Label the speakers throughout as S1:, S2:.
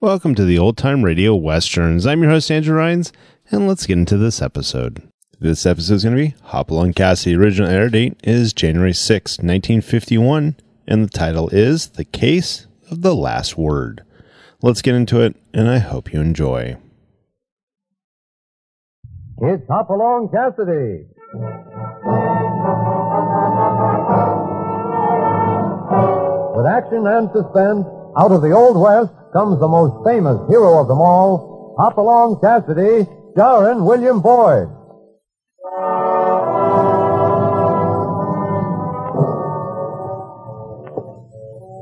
S1: Welcome to the Old Time Radio Westerns. I'm your host, Andrew Rhines, and let's get into this episode. This episode is going to be Hopalong Cast. The original air date is January 6, 1951, and the title is The Case of the Last Word. Let's get into it, and I hope you enjoy.
S2: It's Hopalong Cassidy. With action and suspense, out of the Old West comes the most famous hero of them all, Hopalong Cassidy, starring William Boyd.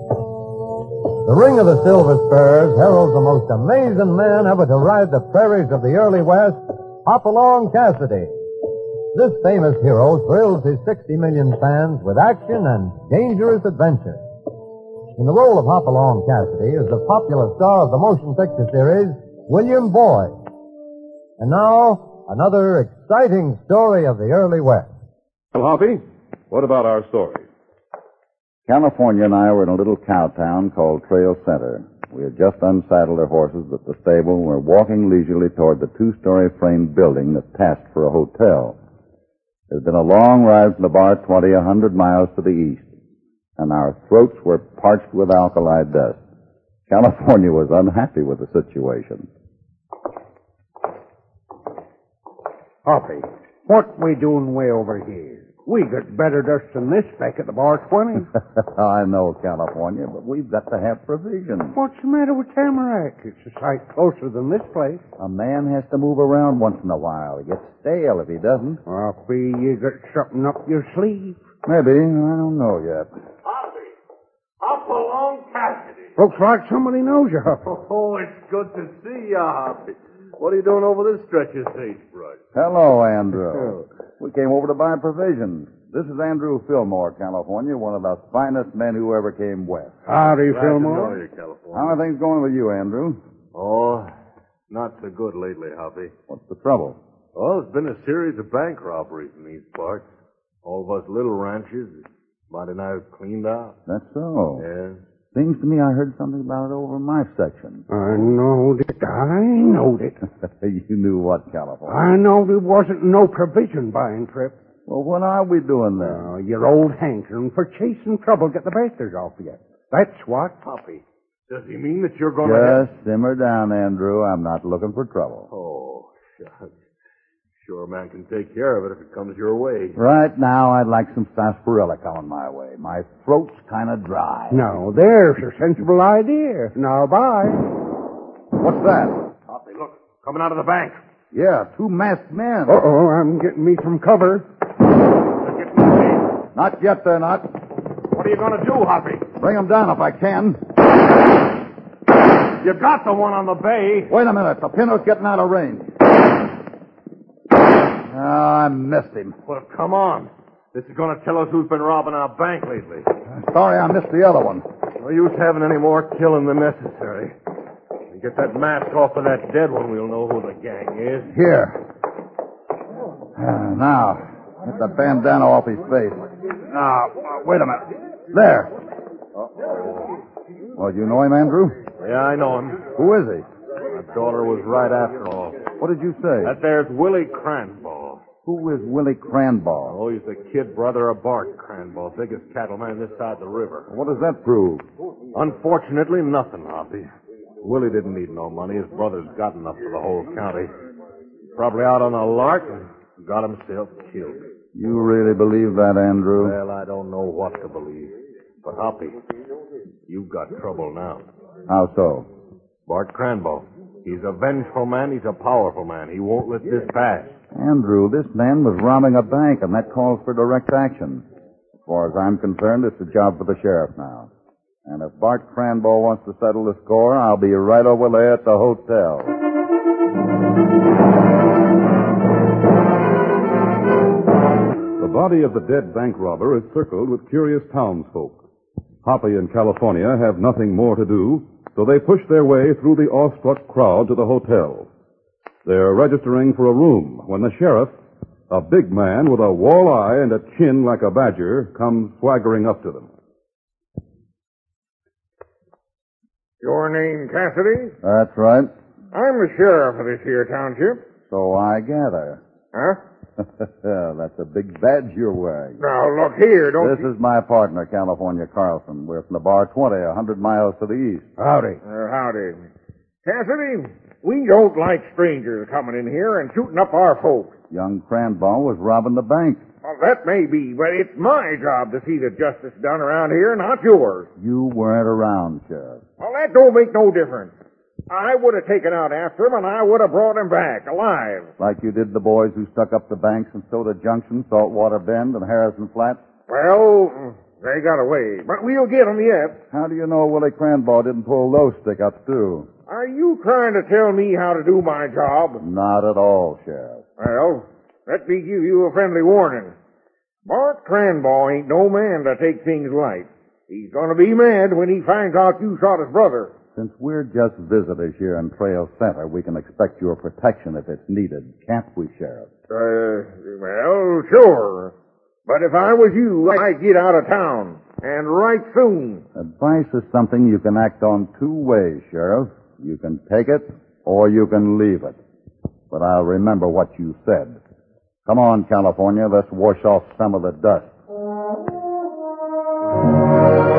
S2: The ring of the Silver Spurs heralds the most amazing man ever to ride the prairies of the early West, Hopalong Cassidy. This famous hero thrills his 60 million fans with action and dangerous adventure. In the role of Hopalong Cassidy is the popular star of the motion picture series, William Boyd. And now, another exciting story of the early West.
S3: Well, Hoppy, what about our story?
S4: California and I were in a little cow town called Trail Center. We had just unsaddled our horses at the stable and were walking leisurely toward the two-story frame building that passed for a hotel. It had been a long ride from the bar 20, a hundred miles to the east and our throats were parched with alkali dust. California was unhappy with the situation.
S5: Hoppy, what we doing way over here? We got better dust than this back at the bar 20.
S4: I know, California, but we've got to have provisions.
S5: What's the matter with Tamarack? It's a sight closer than this place.
S4: A man has to move around once in a while. He gets stale if he doesn't.
S5: Hoppy, you got something up your sleeve.
S4: Maybe. I don't know yet.
S6: Hoppy. Hopalong Cassidy.
S5: Looks like somebody knows you, Hoppy.
S6: Oh, it's good to see you, Hoppy. What are you doing over this stretch of sagebrush?
S4: Hello, Andrew. we came over to buy provisions. This is Andrew Fillmore, California, one of the finest men who ever came west.
S5: Howdy,
S6: Glad
S5: Fillmore.
S6: To know you, California.
S4: How are things going with you, Andrew?
S6: Oh, not so good lately, Hoppy.
S4: What's the trouble?
S6: Well, there's been a series of bank robberies in these parts. All of us little ranchers, might and I have cleaned out.
S4: That's so.
S6: Yeah.
S4: Seems to me I heard something about it over in my section.
S5: I knowed it. I knowed it.
S4: you knew what, California?
S5: I knowed it wasn't no provision buying trip.
S4: Well, what are we doing then?
S5: Now, your old hankering for chasing trouble get the bastards off you. That's what.
S6: Hoppy, does he mean that you're going to...
S4: Just simmer down, Andrew. I'm not looking for trouble.
S6: Oh, shucks. Sure, a man can take care of it if it comes your way.
S4: Right now, I'd like some sarsaparilla coming my way. My throat's kind of dry.
S5: No, there's a sensible idea. Now, bye.
S4: What's that?
S6: Hoppy, look, coming out of the bank.
S4: Yeah, two masked men.
S5: Uh-oh, I'm getting me some cover.
S6: They're getting away.
S4: Not yet, they're not.
S6: What are you going to do, Hoppy?
S4: Bring them down if I can.
S6: You got the one on the bay.
S4: Wait a minute. The pinhook's getting out of range. Ah, I missed him.
S6: Well, come on. This is going to tell us who's been robbing our bank lately.
S4: Sorry I missed the other one.
S6: No use having any more killing than necessary. You get that mask off of that dead one, we'll know who the gang is.
S4: Here. Ah, Now, get the bandana off his face. Now, uh, wait a minute. There. Well, you know him, Andrew?
S6: Yeah, I know him.
S4: Who is he?
S6: I've daughter was right after all.
S4: What did you say?
S6: That there's Willie Cranball.
S4: Who is Willie Cranball?
S6: Oh, he's the kid brother of Bart Cranball, biggest cattleman this side of the river.
S4: What does that prove?
S6: Unfortunately, nothing, Hoppy. Willie didn't need no money. His brother's got enough for the whole county. Probably out on a lark and got himself killed.
S4: You really believe that, Andrew?
S6: Well, I don't know what to believe. But Hoppy, you've got trouble now.
S4: How so?
S6: Bart Cranball. He's a vengeful man. He's a powerful man. He won't let this pass.
S4: Andrew, this man was robbing a bank, and that calls for direct action. As far as I'm concerned, it's a job for the sheriff now. And if Bart Cranball wants to settle the score, I'll be right over there at the hotel.
S3: The body of the dead bank robber is circled with curious townsfolk. Hoppy and California have nothing more to do, so they push their way through the awestruck crowd to the hotel. They're registering for a room when the sheriff, a big man with a wall eye and a chin like a badger, comes swaggering up to them.
S5: Your name Cassidy?
S4: That's right.
S5: I'm the sheriff of this here township.
S4: So I gather.
S5: Huh?
S4: That's a big badge you're wearing.
S5: Now, look here, don't
S4: This
S5: you...
S4: is my partner, California Carlson. We're from the bar 20, a 100 miles to the east.
S5: Howdy. Uh, howdy. Cassidy, we don't like strangers coming in here and shooting up our folks.
S4: Young Cranball was robbing the bank.
S5: Well, that may be, but it's my job to see that justice done around here, not yours.
S4: You weren't around, Sheriff.
S5: Well, that don't make no difference. I would have taken out after him, and I would have brought him back alive.
S4: Like you did the boys who stuck up the banks in Soda Junction, Saltwater Bend, and Harrison Flats.
S5: Well, they got away, but we'll get him yet.
S4: How do you know Willie Cranball didn't pull those stick-ups, too?
S5: Are you trying to tell me how to do my job?
S4: Not at all, Sheriff.
S5: Well, let me give you a friendly warning. Bart Cranball ain't no man to take things light. He's gonna be mad when he finds out you shot his brother.
S4: Since we're just visitors here in Trail Center, we can expect your protection if it's needed, can't we, Sheriff?
S5: Uh, well, sure. But if I was you, I'd get out of town. And right soon.
S4: Advice is something you can act on two ways, Sheriff. You can take it or you can leave it. But I'll remember what you said. Come on, California, let's wash off some of the dust.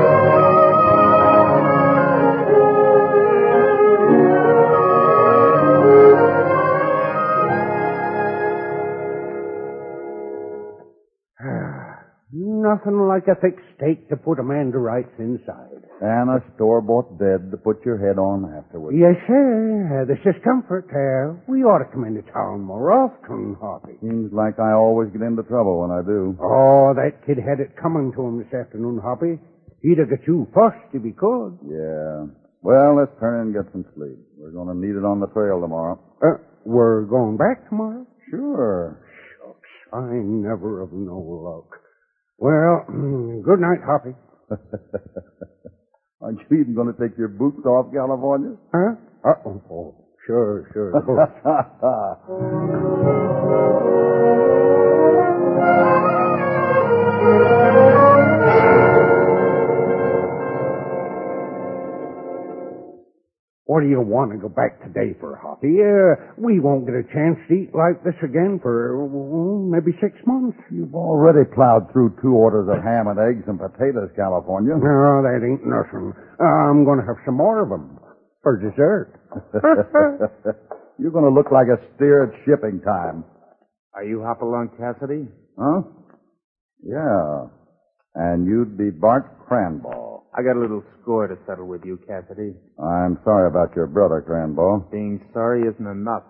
S5: Nothing like a thick steak to put a man to rights inside.
S4: And a store-bought bed to put your head on afterwards.
S5: Yes, sir. The discomfort. Uh, we ought to come into town more often, Hoppy.
S4: Seems like I always get into trouble when I do.
S5: Oh, that kid had it coming to him this afternoon, Hoppy. He'd have got you first if he could.
S4: Yeah. Well, let's turn in and get some sleep. We're going to need it on the trail tomorrow.
S5: Uh, we're going back tomorrow?
S4: Sure.
S5: Shucks, I never have no luck. Well, good night, Hoppy.
S4: Aren't you even going to take your boots off, California?
S5: Huh? Uh, oh, oh, sure, sure. of course. what do you want to go back today for, Hoppy? Uh, we won't get a chance to eat like this again for
S7: mm,
S5: oh, maybe six months.
S4: You've already plowed through two orders of ham and eggs and potatoes, California.
S5: No, that ain't nothing. Uh, I'm going to have some more of them for dessert.
S4: You're going to look like a steer at shipping time.
S8: Are you Hopalong Cassidy?
S4: Huh? Yeah. And you'd be Bart Cranball.
S8: I got a little score to settle with you, Cassidy.
S4: I'm sorry about your brother, Cranball.
S8: Being sorry isn't enough.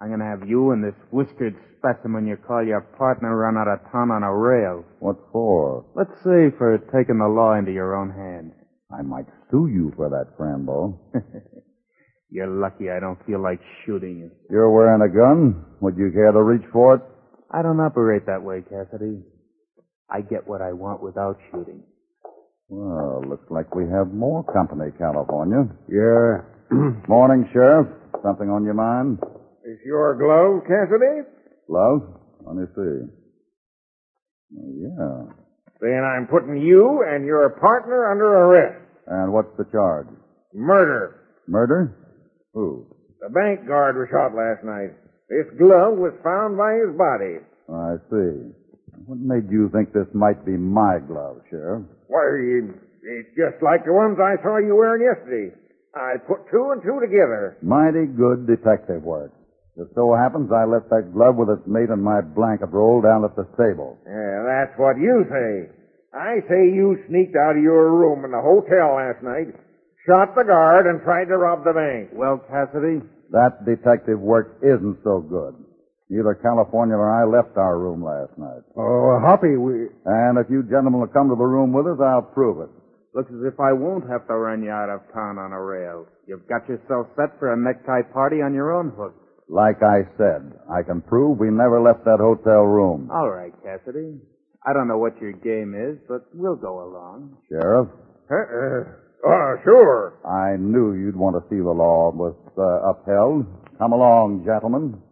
S8: I'm gonna have you and this whiskered specimen you call your partner run out of town on a rail.
S4: What for?
S8: Let's say for taking the law into your own hands.
S4: I might sue you for that, Cranball.
S8: You're lucky I don't feel like shooting you.
S4: You're wearing a gun. Would you care to reach for it?
S8: I don't operate that way, Cassidy. I get what I want without shooting.
S4: Well, looks like we have more company, California.
S5: Yeah.
S4: Morning, Sheriff. Something on your mind?
S5: Is your glove, Cassidy?
S4: Love? Let me see. Yeah.
S5: Then I'm putting you and your partner under arrest.
S4: And what's the charge?
S5: Murder.
S4: Murder? Who?
S5: The bank guard was shot last night. This glove was found by his body.
S4: I see. What made you think this might be my glove, Sheriff?
S5: Why, you- it's just like the ones I saw you wearing yesterday. I put two and two together.
S4: Mighty good detective work. Just so happens I left that glove with its mate in my blanket roll down at the stable.
S5: Yeah, that's what you say. I say you sneaked out of your room in the hotel last night, shot the guard, and tried to rob the bank.
S8: Well, Cassidy,
S4: That detective work isn't so good. Neither California nor I left our room last night.
S7: Oh, Hoppy, we.
S4: And if you gentlemen will come to the room with us, I'll prove it.
S8: looks as if I won't have to run you out of town on a rail. You've got yourself set for a necktie party on your own hook.
S4: Like I said, I can prove we never left that hotel room.
S8: All right, Cassidy. I don't know what your game is, but we'll go along.
S4: Sheriff,
S5: Uh, uh, sure.
S4: I knew you'd want to see the law was uh, upheld. Come along, gentlemen.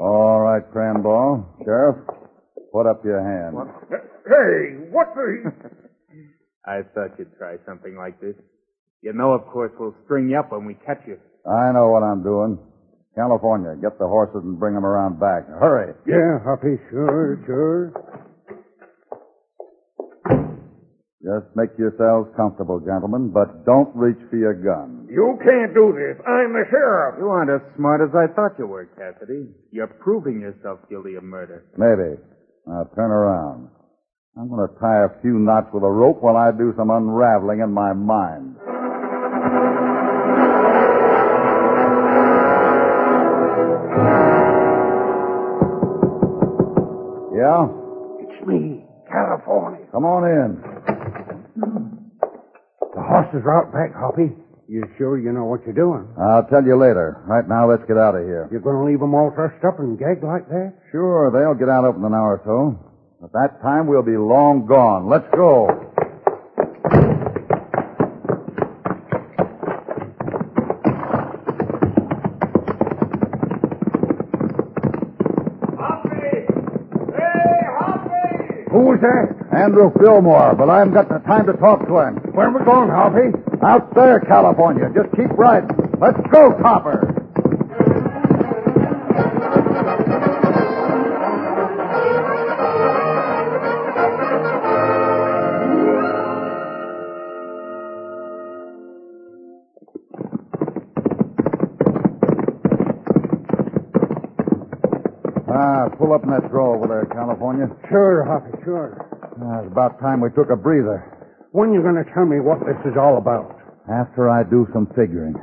S4: All right, Cranball. Sheriff, put up your hand.
S5: Hey, what the...
S8: I thought you'd try something like this. You know, of course, we'll string you up when we catch you.
S4: I know what I'm doing. California, get the horses and bring them around back. Hurry.
S7: Yeah, Hoppy, sure, sure.
S4: Just make yourselves comfortable, gentlemen, but don't reach for your gun.
S5: You can't do this. I'm the sheriff.
S8: You aren't as smart as I thought you were, Cassidy. You're proving yourself guilty of murder.
S4: Maybe. Now turn around. I'm going to tie a few knots with a rope while I do some unraveling in my mind. Yeah?
S5: It's me, California.
S4: Come on in.
S7: The horses are out back, Hoppy. You sure you know what you're doing?
S4: I'll tell you later. Right now, let's get out of here.
S7: You're going to leave them all trussed up and gagged like that?
S4: Sure, they'll get out up in an hour or so. At that time, we'll be long gone. Let's go.
S5: Hoppy! Hey, Hoppy!
S4: Who was that? Andrew Fillmore, but I haven't got the time to talk to him. Where are we going, Hoppy? Out there, California. Just keep riding. Let's go, Copper. Ah, pull up in that draw over there, California.
S7: Sure, Hoppy, sure.
S4: Ah, it's about time we took a breather.
S7: When you going to tell me what this is all about?
S4: After I do some figuring.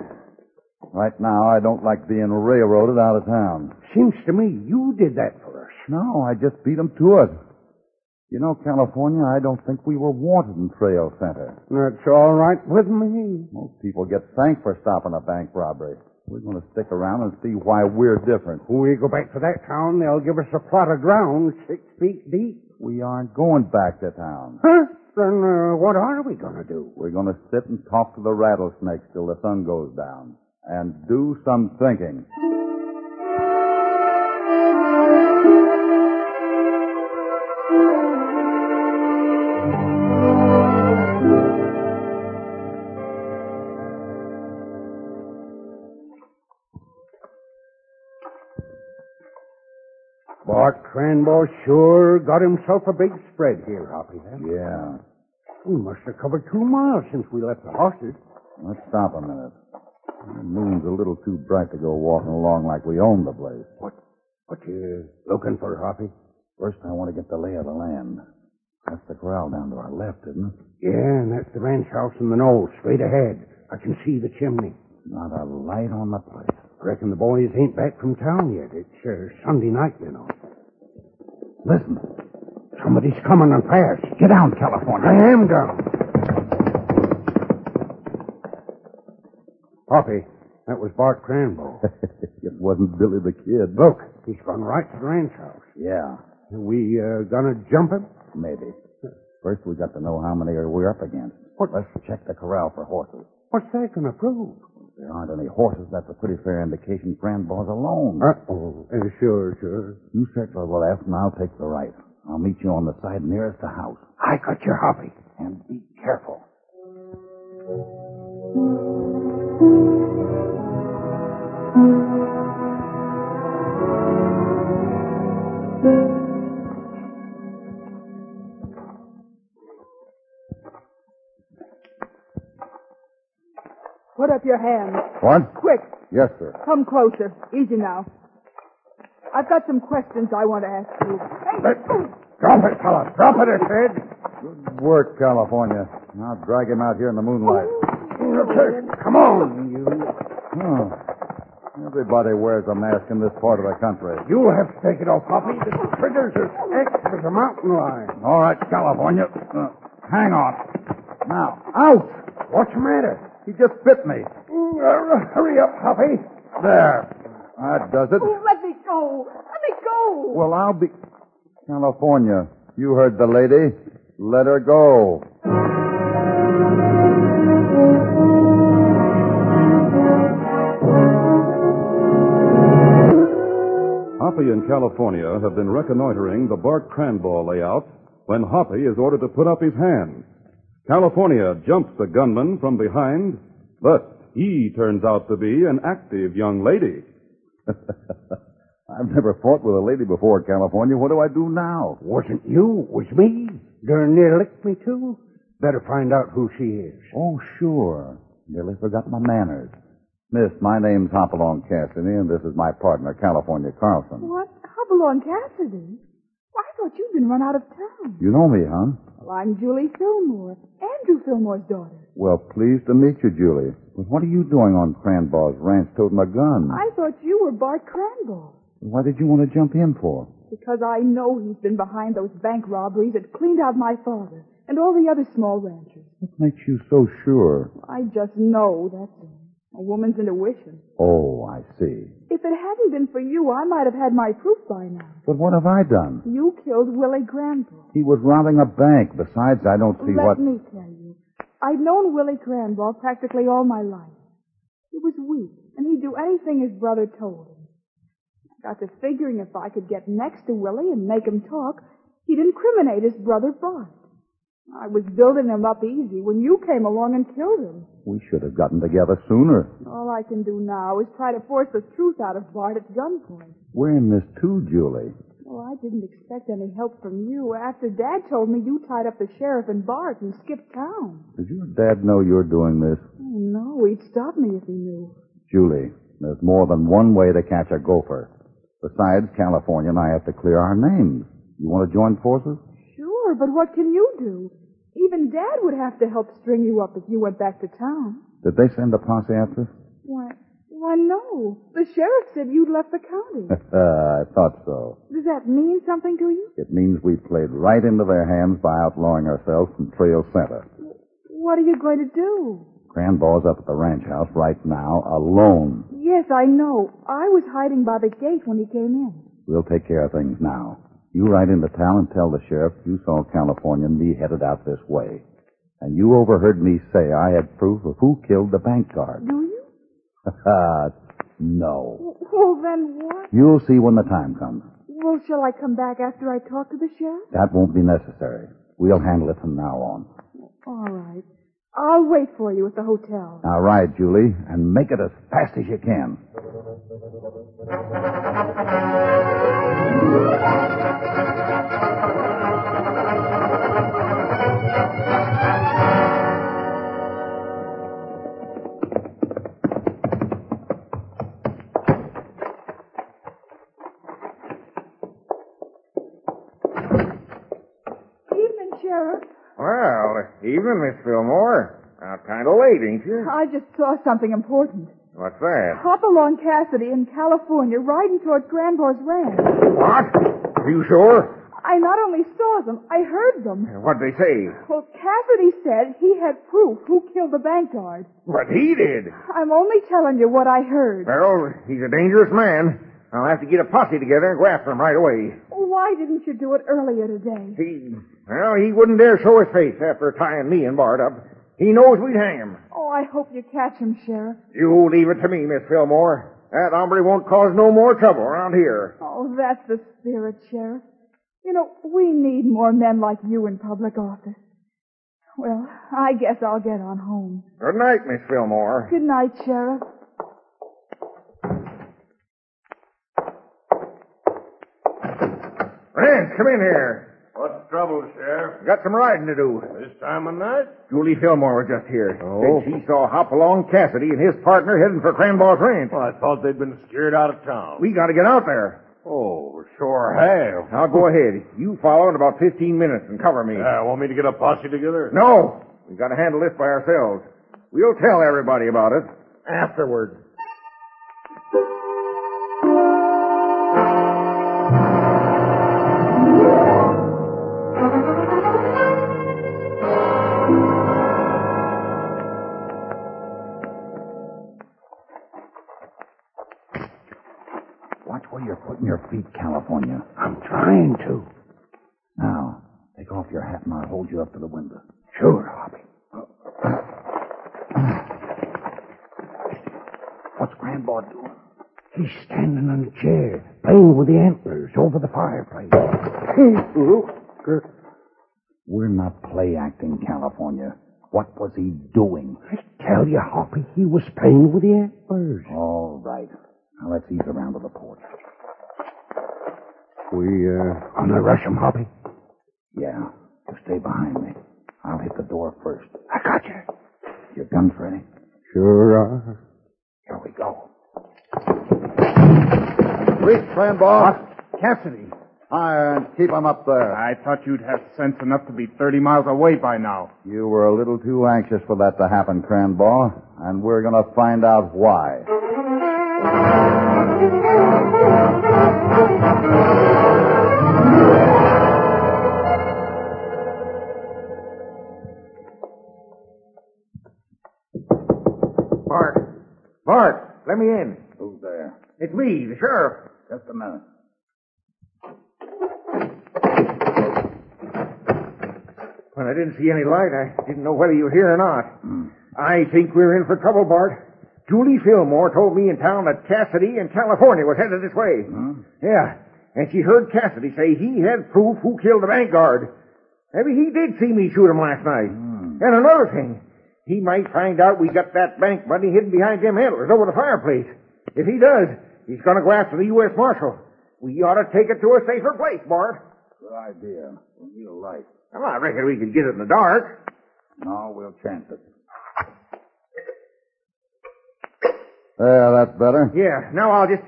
S4: Right now, I don't like being railroaded out of town.
S7: Seems to me you did that for us.
S4: No, I just beat 'em to it. You know, California, I don't think we were wanted in Trail Center.
S7: That's all right with me.
S4: Most people get thanked for stopping a bank robbery. We're going to stick around and see why we're different.
S7: When we go back to that town, they'll give us a plot of ground six feet deep.
S4: We aren't going back to town.
S7: Huh? Then uh, what are we going to do?
S4: We're going to sit and talk to the rattlesnakes till the sun goes down and do some thinking.
S7: Bart Cranbaugh sure got himself a big spread here, Hoppy. Huh?
S4: Yeah.
S7: We must have covered two miles since we left the horses.
S4: Let's stop a minute. The moon's a little too bright to go walking along like we own the place.
S7: What? What you looking for, Hoppy?
S4: First, I want to get the lay of the land. That's the corral down to our left, isn't it?
S7: Yeah, and that's the ranch house in the knoll, straight ahead. I can see the chimney.
S4: Not a light on the place.
S7: Reckon the boys ain't back from town yet. It's uh, Sunday night, you know.
S4: Listen,
S7: Somebody's coming on fast.
S4: get down, California.
S7: I am down. Hoppy, that was Bart Cranbow.
S4: it wasn't Billy the Kid.
S7: Look, he's gone right to the ranch house.
S4: Yeah,
S7: Are we uh, gonna jump him?
S4: maybe. First, we got to know how many are we're up against. Let's check the corral for horses.
S7: What's that gonna prove?
S4: There aren't any horses. That's a pretty fair indication Cranbaugh's alone.
S7: Uh-oh. Uh, sure, sure.
S4: You search for the left, and I'll take the right. I'll meet you on the side nearest the house.
S7: I got your hobby.
S4: And be careful.
S9: Put up your hands.
S4: What?
S9: Quick,
S4: Yes, sir.
S9: come closer. Easy now. I've got some questions I want to ask you. Hey,
S4: Drop it, fella. Drop it, I said. Good work, California. I'll drag him out here in the moonlight.
S7: Come on, you.
S4: Huh. Hmm. Everybody wears a mask in this part of the country.
S7: You'll have to take it off, Hoppy. The triggers are X as a mountain lion.
S4: All right, California. Uh, hang on. Now,
S7: Out! What's the matter?
S4: he just bit me.
S7: Mm, uh, Hurry up, Hoppy.
S4: There. That does it.
S9: let me go. Let me
S5: Oh!
S9: go.
S4: Well, I'll be. California, you heard the lady. Let her go.
S3: Hoppy and California have been reconnoitering the Bart Cranball layout when Hoppy is ordered to put up his hand. California jumps the gunman from behind, but he turns out to be an active young lady.
S4: I've never fought with a lady before, California. What do I do now?
S7: Wasn't you, was me. Darn near licked me, too. Better find out who she is.
S4: Oh, sure. Nearly forgot my manners. Miss, my name's Hopalong Cassidy, and this is my partner, California Carlson.
S9: What? Hopalong Cassidy? Why, I thought you'd been run out of town.
S4: You know me, huh?
S9: Well, I'm Julie Fillmore, Andrew Fillmore's daughter.
S4: Well, pleased to meet you, Julie. But what are you doing on Cranbaugh's ranch toting a gun?
S9: I thought you were Bart Cranball
S4: Why did you want to jump in for?
S9: because I know he's been behind those bank robberies that cleaned out my father and all the other small ranchers.
S4: What makes you so sure?
S9: I just know that's all. A woman's intuition.
S4: Oh, I see.
S9: If it hadn't been for you, I might have had my proof by now.
S4: But what have I done?
S9: You killed Willie Granville.
S4: He was robbing a bank. Besides, I don't see
S9: Let
S4: what.
S9: me tell you. I've known Willie Granville practically all my life. He was weak, and he'd do anything his brother told him. I got to figuring if I could get next to Willie and make him talk, he'd incriminate his brother Bart. I was building him up easy when you came along and killed him.
S4: We should have gotten together sooner.
S9: All I can do now is try to force the truth out of Bart at gunpoint.
S4: We're in this too, Julie.
S9: Well, I didn't expect any help from you after Dad told me you tied up the sheriff and Bart and skipped town.
S4: Does your dad know you're doing this?
S9: Oh, no, he'd stop me if he knew.
S4: Julie, there's more than one way to catch a gopher. Besides, California and I have to clear our names. You want to join forces?
S9: Sure, but what can you do? Even Dad would have to help string you up if you went back to town.
S4: Did they send a posse after
S9: Why, why no. The sheriff said you'd left the county.
S4: us? I thought so.
S9: Does that mean something to you?
S4: It means we played right into their hands by outlawing ourselves from Trail Center.
S9: What are you going to do?
S4: Cranball's up at the ranch house right now, alone.
S9: Yes, I know. I was hiding by the gate when he came in.
S4: We'll take care of things now. You ride into town and tell the sheriff you saw California and me headed out this way. And you overheard me say I had proof of who killed the bank guard.
S9: Do you?
S4: no.
S9: Well, then what?
S4: You'll see when the time comes.
S9: Well, shall I come back after I talk to the sheriff?
S4: That won't be necessary. We'll handle it from now on.
S9: All right. I'll wait for you at the hotel.
S4: Now ride, Julie, and make it as fast as you can.
S9: Evening, Sheriff.
S5: Well, even Miss Fillmore. Now, kind of late, ain't you?
S9: I just saw something important.
S5: What's that?
S9: Hopalong Cassidy in California riding toward Granbar's ranch.
S5: What? Are you sure?
S9: I not only saw them, I heard them.
S5: What'd they say?
S9: Well, Cassidy said he had proof who killed the bank guard.
S5: But he did.
S9: I'm only telling you what I heard.
S5: Well, he's a dangerous man. I'll have to get a posse together and go after him right away.
S9: Why didn't you do it earlier today?
S5: He, well, he wouldn't dare show his face after tying me and Bart up. He knows we'd hang him.
S9: Oh, I hope you catch him, Sheriff.
S5: You leave it to me, Miss Fillmore. That hombre won't cause no more trouble around here.
S9: Oh, that's the spirit, Sheriff. You know, we need more men like you in public office. Well, I guess I'll get on home.
S5: Good night, Miss Fillmore.
S9: Good night, Sheriff.
S5: Rance, come in here.
S6: What's trouble, Sheriff?
S5: Got some riding to do.
S6: This time of night?
S5: Julie Fillmore was just here.
S6: Oh.
S5: Said she saw Hopalong Cassidy and his partner heading for Cranball's ranch.
S6: Well, I thought they'd been scared out of town.
S5: We gotta get out there.
S6: Oh, sure have. Uh.
S5: Now go ahead. You follow in about 15 minutes and cover me.
S6: Yeah, want me to get a posse together?
S5: No! We've got to handle this by ourselves. We'll tell everybody about it. Afterward.
S4: Watch where you're putting your feet, California.
S7: I'm trying to.
S4: Now, take off your hat and I'll hold you up to the window.
S7: Sure, Hoppy.
S4: What's Grandpa doing?
S7: He's standing on a chair, playing with the antlers over the fireplace. Look,
S4: We're not play acting, California. What was he doing?
S7: tell you, Hoppy, he was playing with the antlers.
S4: All right. Now let's ease around to the porch.
S7: We, uh... I'm gonna rush him, Hoppy.
S4: Yeah. You stay behind me. I'll hit the door first.
S7: I got you.
S4: Your gun's ready?
S7: Sure are.
S4: Here we go.
S6: Wait, Cranball.
S8: Cassidy, uh,
S4: Fire and keep 'em up there.
S8: I thought you'd have sense enough to be 30 miles away by now.
S4: You were a little too anxious for that to happen, Cranball, and we're going to find out why.
S5: Bart. Bart, let me in.
S4: Who's there?
S5: It's me, the sheriff.
S4: Just a minute.
S5: When I didn't see any light, I didn't know whether you were here or not.
S4: Hmm.
S5: I think we're in for trouble, Bart. Julie Fillmore told me in town that Cassidy in California was headed this way.
S4: Hmm?
S5: Yeah, and she heard Cassidy say he had proof who killed the bank guard. Maybe he did see me shoot him last night.
S4: Hmm.
S5: And another thing, he might find out we got that bank money hidden behind them antlers over the fireplace. If he does, he's going to go after the U.S. Marshal. We ought to take it to a safer place, Bart.
S4: Good idea. We need a light.
S5: Well, I reckon we could get it in the dark.
S4: No, we'll chance it. There, that's better.
S5: Yeah, now I'll just...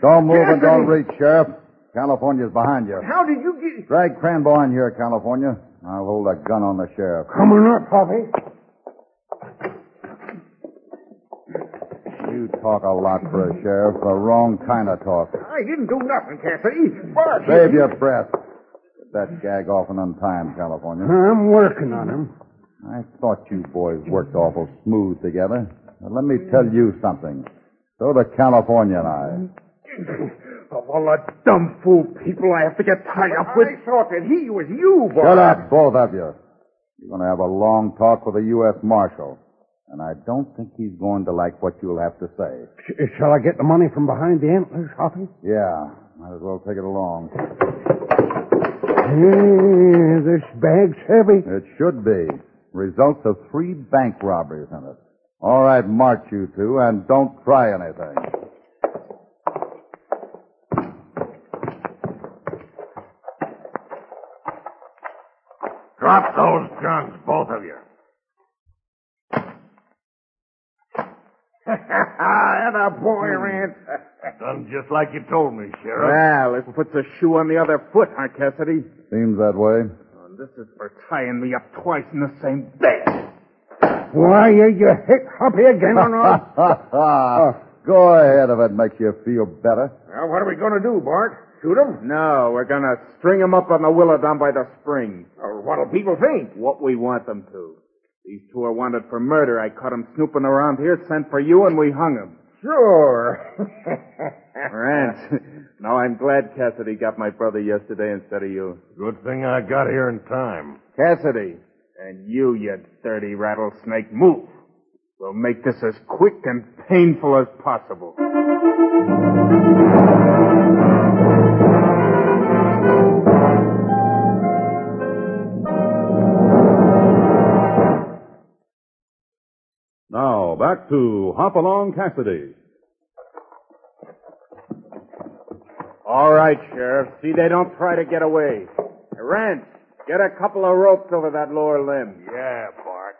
S4: Don't move and
S5: Cassidy!
S4: don't reach, Sheriff. California's behind you.
S5: How did you get...
S4: Drag Cranbaugh in here, California. I'll hold a gun on the sheriff.
S5: Coming up, Poppy.
S4: You talk a lot for a sheriff. The wrong kind of talk.
S5: I didn't do nothing, Cassidy. Bart.
S4: Save your breath. Get that gag off and untie him, California.
S7: I'm working on him.
S4: I thought you boys worked awful smooth together. Now, let me tell you something. So do California and I.
S7: Of all the dumb fool people I have to get tied up with.
S5: I thought that he was you, Bart.
S4: Shut up, both of you. You're going to have a long talk with the U.S. Marshal. And I don't think he's going to like what you'll have to say.
S7: Sh- shall I get the money from behind the antlers, Hoppy?
S4: Yeah, might as well take it along.
S7: Yeah, this bag's heavy.
S4: It should be. Results of three bank robberies in it. All right, march you two, and don't try anything.
S6: Drop those guns, both of you.
S5: and a boy, Rance.
S6: Done just like you told me, Sheriff.
S8: Well, it puts a shoe on the other foot, huh, Cassidy?
S4: Seems that way.
S8: Oh, this is for tying me up twice in the same bed.
S7: Why are you hit, Hoppy, again?
S4: Ha, ha, ha. Ah, Go ahead if it makes you feel better.
S5: Now, what are we going to do, Bart? Shoot him?
S8: No, we're gonna string him up on the willow down by the spring.
S5: Or what'll people think?
S8: What we want them to. These two are wanted for murder. I caught 'em snooping around here, sent for you, and we hung 'em.
S5: Sure.
S8: Rance, now I'm glad Cassidy got my brother yesterday instead of you.
S6: Good thing I got here in time.
S8: Cassidy, And you, you dirty rattlesnake, move. We'll make this as quick and painful as possible.
S3: Now, back to Hopalong Cassidy.
S6: All right, Sheriff. See they don't try to get away. Rance, get a couple of ropes over that lower limb. Yeah, Bart.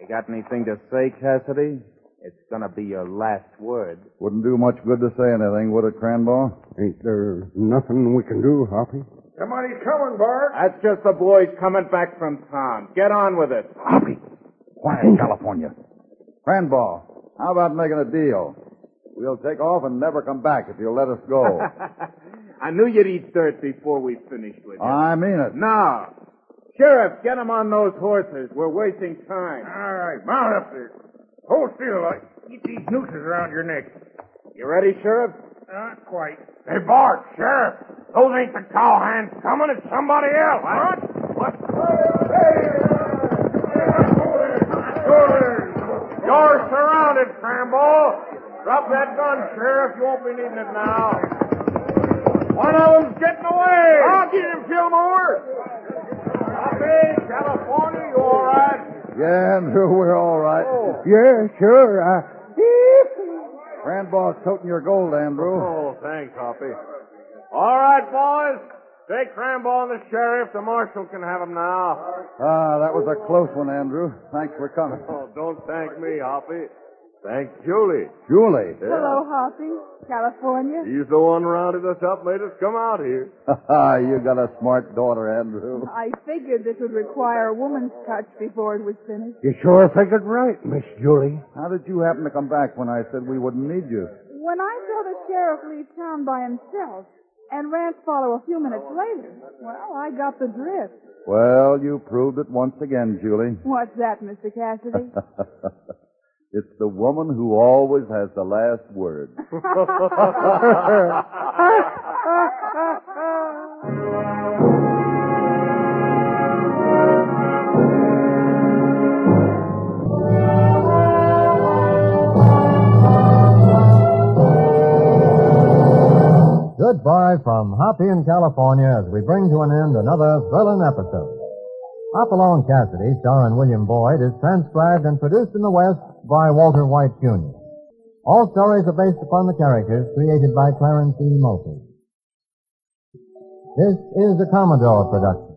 S8: You got anything to say, Cassidy? It's gonna be your last word.
S4: Wouldn't do much good to say anything, would it, Cranball?
S7: Ain't there nothing we can do, Hoppy?
S8: Somebody's coming, Bart. That's just the boys coming back from town. Get on with it.
S4: Why in California? Cranball, how about making a deal? We'll take off and never come back if you'll let us go.
S8: I knew you'd eat dirt before we finished with you.
S4: I mean it.
S8: Now, Sheriff, get 'em on those horses. We're wasting time.
S5: All right, mount up there. Hold still. I'll get these nooses around your neck.
S8: You ready, Sheriff?
S5: Not quite. Hey, Bart, Sheriff, those ain't the cowhands coming. It's somebody else. What? What? You're surrounded, Cramble. Drop that gun, Sheriff. You won't be needing it now. One of them's getting away. I'll get him, Fillmore. Hey, California, you all right?
S4: Yeah, Andrew, we're all right.
S7: Yeah, sure. I...
S4: Cranball's toting your gold, Andrew.
S6: Oh, thanks, Hoppy. All right, boys. Take Crambo and the sheriff. The marshal can have him now.
S4: Ah, that was a close one, Andrew. Thanks for coming.
S6: Oh, don't thank me, Hoppy. Thank Julie.
S4: Julie.
S9: Hello, Hoppy. California.
S6: He's the one rounded us up, made us come out here.
S4: you got a smart daughter, Andrew.
S9: I figured this would require a woman's touch before it was finished.
S7: You sure figured right, Miss Julie.
S4: How did you happen to come back when I said we wouldn't need you?
S9: When I saw the sheriff leave town by himself and Rance follow a few minutes later, well, I got the drift.
S4: Well, you proved it once again, Julie.
S9: What's that, Mr. Cassidy?
S4: it's the woman who always has the last word.
S2: Goodbye from Hoppy in California as we bring to an end another thrilling episode. Hopalong Cassidy, starring William Boyd, is transcribed and produced in the West by Walter White Jr. All stories are based upon the characters created by Clarence E. Mulkey. This is a Commodore production.